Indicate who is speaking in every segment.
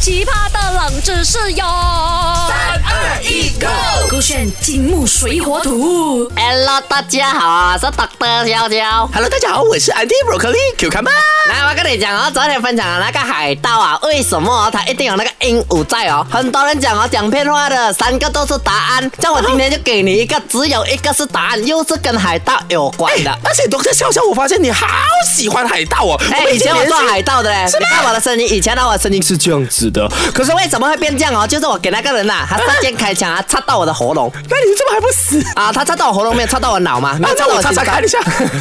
Speaker 1: 奇葩的冷知识哟！三
Speaker 2: 二一，Go！
Speaker 1: 勾选金木水火土。
Speaker 3: Hello，大家好啊，是 Dr. 娇娇。
Speaker 2: Hello，大家好，我是 Andy Broccoli Q 卡 r
Speaker 3: 来，我跟你讲哦，昨天分享的那个海盗啊，为什么哦他一定有那个鹦鹉在哦？很多人讲哦，讲骗话的，三个都是答案。像我今天就给你一个，只有一个是答案，又是跟海盗有关 的。
Speaker 2: 而且哎 Doctor 笑笑，我发现你好喜欢海盗哦。
Speaker 3: 哎、以前我做海盗的嘞，
Speaker 2: 是
Speaker 3: 你
Speaker 2: 吗
Speaker 3: 看我的声音，以前呢我的声音
Speaker 2: 是这样子的，
Speaker 3: 可是为什么会变这样哦？就是我给那个人呐、他瞬间开枪啊，插到我的喉咙
Speaker 2: 那你怎么还不死？
Speaker 3: 啊，他插到我喉咙没有插到我脑嘛，没
Speaker 2: 那
Speaker 3: 有插
Speaker 2: 那
Speaker 3: 到
Speaker 2: 我
Speaker 3: 啊我
Speaker 2: 擦擦
Speaker 3: 心 脏。
Speaker 2: 看一下，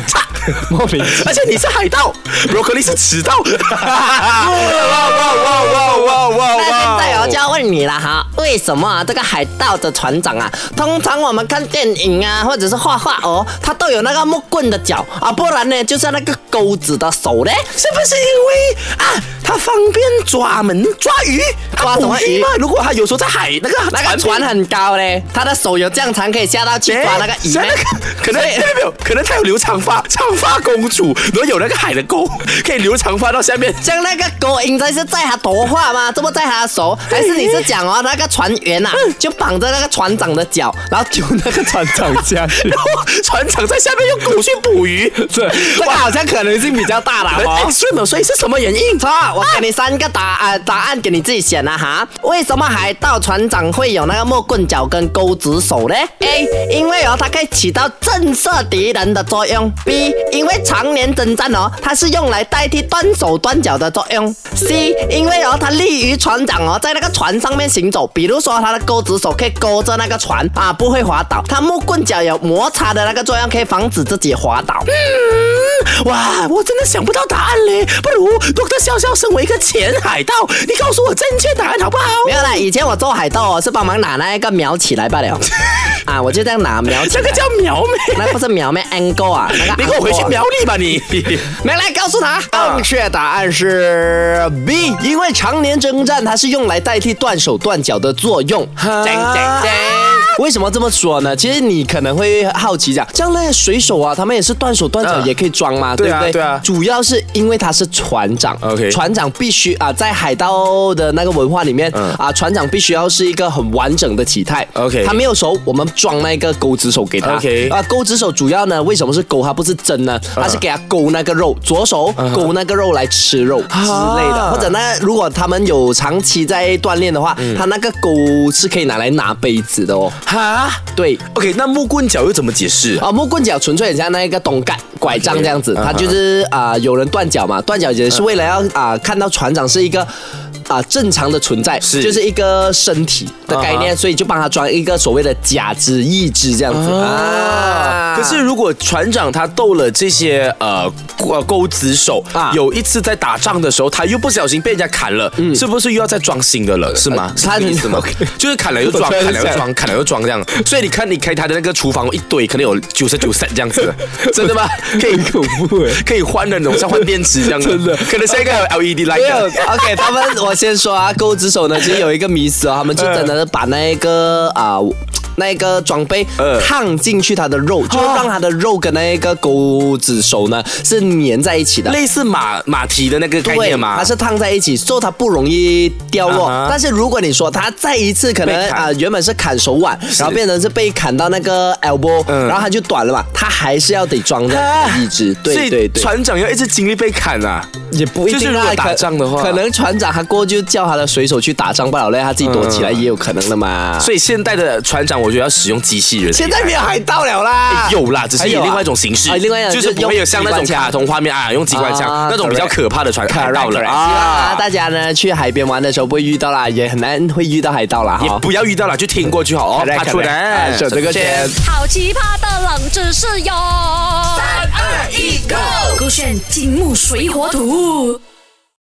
Speaker 2: 擦，
Speaker 4: 莫名其
Speaker 2: 而且你是海盗，Broccoli 是迟到。哇哇哇哇哇哇
Speaker 3: 那现在
Speaker 2: 哇
Speaker 3: 我就！要问你了哈，为什么啊这个海盗的船长啊，通常我们看电影啊，或者是画画哦，他都有那个木棍的脚啊，不然呢就是那个钩子的手嘞。
Speaker 2: 是不是因为啊，他方便抓门抓鱼？他
Speaker 3: 抓什么
Speaker 2: 捕
Speaker 3: 鱼
Speaker 2: 嘛？如果他有时候在海那个啊
Speaker 3: 那个船很高嘞，他的手有这样长，可以下到去抓那个鱼
Speaker 2: 像
Speaker 3: 咩
Speaker 2: 哎那？个可能没有没有，可能他有留长发，长发公主，然后有那个海的沟，可以留长发到下 面。
Speaker 3: 像那个钩应该是在他头发吗？这么在他的手？ 还是你是讲哦，那个船员呐、就绑着那个船长的脚，然后丢那个船长下 去？
Speaker 2: 然后船长在下面用狗去捕鱼，
Speaker 4: 对，
Speaker 3: 这个好像可能性比较大 了哦。
Speaker 2: 哎，所以所以是什么原因？
Speaker 3: 错，我给你三个答案，答案给你自己选了哈。为什么海盗船长会有那个木棍脚跟钩子手呢？A，因为哦，它可以起到震慑敌人的作用。B，因为常年征战哦，它是用来代替断手断脚的作用。C，因为哦，它利于船长哦在那个船上面行走，比如说它的钩子手可以勾着那个船啊，不会滑倒。它木棍脚有摩擦的那个作用，可以防止自己滑倒。
Speaker 2: 哇，我真的想不到答案嘞。不如 Doctor 笑笑身为一个前海盗，你告诉我正确答案好不好？
Speaker 3: 没有啦，以前我做海盗哦，是帮忙拿那一个苗起来罢 了。啊，我就这样拿苗起
Speaker 2: 这
Speaker 3: 来。
Speaker 2: 个叫苗 妹，
Speaker 3: 那不是苗咩 angle 啊？那个
Speaker 2: 你给我回去
Speaker 3: angle 啊
Speaker 2: 苗栗吧 你。
Speaker 3: 没来告诉他，正确答案是 B，因为常年征战，它是用来代替断手断脚的作用。
Speaker 4: 啊
Speaker 3: 叮叮叮
Speaker 4: 为什么这么说呢？其实你可能会好奇讲，像那些水手啊，他们也是断手断脚
Speaker 2: 嗯
Speaker 4: 也可以装嘛，
Speaker 2: 对啊
Speaker 4: 不对？
Speaker 2: 对啊
Speaker 4: 主要是因为他是船长
Speaker 2: OK
Speaker 4: 船长必须啊，在海盗的那个文化里面、啊，船长必须要是一个很完整的体态。
Speaker 2: 嗯 OK
Speaker 4: 他没有手，我们装那个钩子手给他。
Speaker 2: OK 啊
Speaker 4: 啊，钩子手主要呢，为什么是钩？它不是针呢，它是给他勾那个肉，左手勾那个肉来吃肉之类
Speaker 2: 啊
Speaker 4: 的，或者那如果他们有长期在锻炼的话，
Speaker 2: 嗯
Speaker 4: 他那个钩是可以拿来拿杯子的哦。
Speaker 2: 哈
Speaker 4: 对。
Speaker 2: ，OK，那木棍脚又怎么解释？
Speaker 4: 啊，木棍脚纯粹很像那个东干拐杖这样子，它就是啊、有人断脚嘛，断脚也是为了要啊、看到船长是一个。啊，正常的存在
Speaker 2: 是
Speaker 4: 就是一个身体的概念
Speaker 2: 啊
Speaker 4: 所以就帮他装一个所谓的假肢、义肢这样子啊。
Speaker 2: 可是如果船长他斗了这些呃钩呃钩子手
Speaker 4: 啊
Speaker 2: 有一次在打仗的时候，他又不小心被人家砍了，是不是又要再装新的了？是吗？
Speaker 4: 嗯呃
Speaker 2: 是这个意思 吗？就是砍了又装，
Speaker 4: 我
Speaker 2: 砍
Speaker 4: 突然
Speaker 2: 了又
Speaker 4: 想
Speaker 2: 装，砍了又装这样。所以你看，你开他的那个厨房一堆，可能有九十九 set 这样子， 真的吗？可以恐怖
Speaker 4: 欸
Speaker 2: 哎，可以换那种像换电池这 样的，真的。可能下一个还有 LED
Speaker 4: 没有
Speaker 2: light 的。
Speaker 4: ，OK，他们我先说啊，钩子手呢，其实有一个迷思哦，他们就真的是把那个啊。那个装备
Speaker 2: 呃
Speaker 4: 烫进去它的肉，就让它的肉跟那个钩子手呢是粘在一起的。
Speaker 2: 类似马马蹄的那个概
Speaker 4: 对，
Speaker 2: 念吗？
Speaker 4: 它是烫在一起，所以它不容易掉落。
Speaker 2: 啊哈
Speaker 4: 但是如果你说它再一次可能
Speaker 2: 被砍
Speaker 4: 啊、原本是砍手腕，然后变成是被砍到那个 elbow，、
Speaker 2: 嗯
Speaker 4: 然后它就短了嘛，它还是要得装的
Speaker 2: 啊
Speaker 4: 一只。
Speaker 2: 所
Speaker 4: 对
Speaker 2: 以
Speaker 4: 对对，
Speaker 2: 船长要一直经历被砍啊。
Speaker 4: 也不一定啊
Speaker 2: 就是如果
Speaker 4: 可
Speaker 2: 打仗的话
Speaker 4: 可能船长他过去就叫他的水手去打仗罢了嘞，他自己躲起来也有可能的嘛。
Speaker 2: 嗯所以现代的船长，我觉得要使用机器人。
Speaker 4: 现在没有海盗了啦，
Speaker 2: 有啦，只是以另外一种形式，
Speaker 4: 啊另外一种
Speaker 2: 就是不会有像那种
Speaker 4: 就是用机关枪
Speaker 2: 卡通画面啊，用机关枪
Speaker 4: 啊
Speaker 2: 那种比较
Speaker 4: correct
Speaker 2: 可怕的船海盗了
Speaker 4: 啊，希望啊
Speaker 2: 啊。
Speaker 4: 大家呢去海边玩的时候不会遇到啦，也很难会遇到海盗啦
Speaker 2: 也
Speaker 4: 哈。
Speaker 2: 不要遇到了，就听过就好哦。
Speaker 4: Correct，
Speaker 2: 怕出
Speaker 4: correct 啊
Speaker 2: 人，
Speaker 4: 是有这个先。
Speaker 1: 好奇葩的冷知识哟！三二一，Go！勾选金木水火土。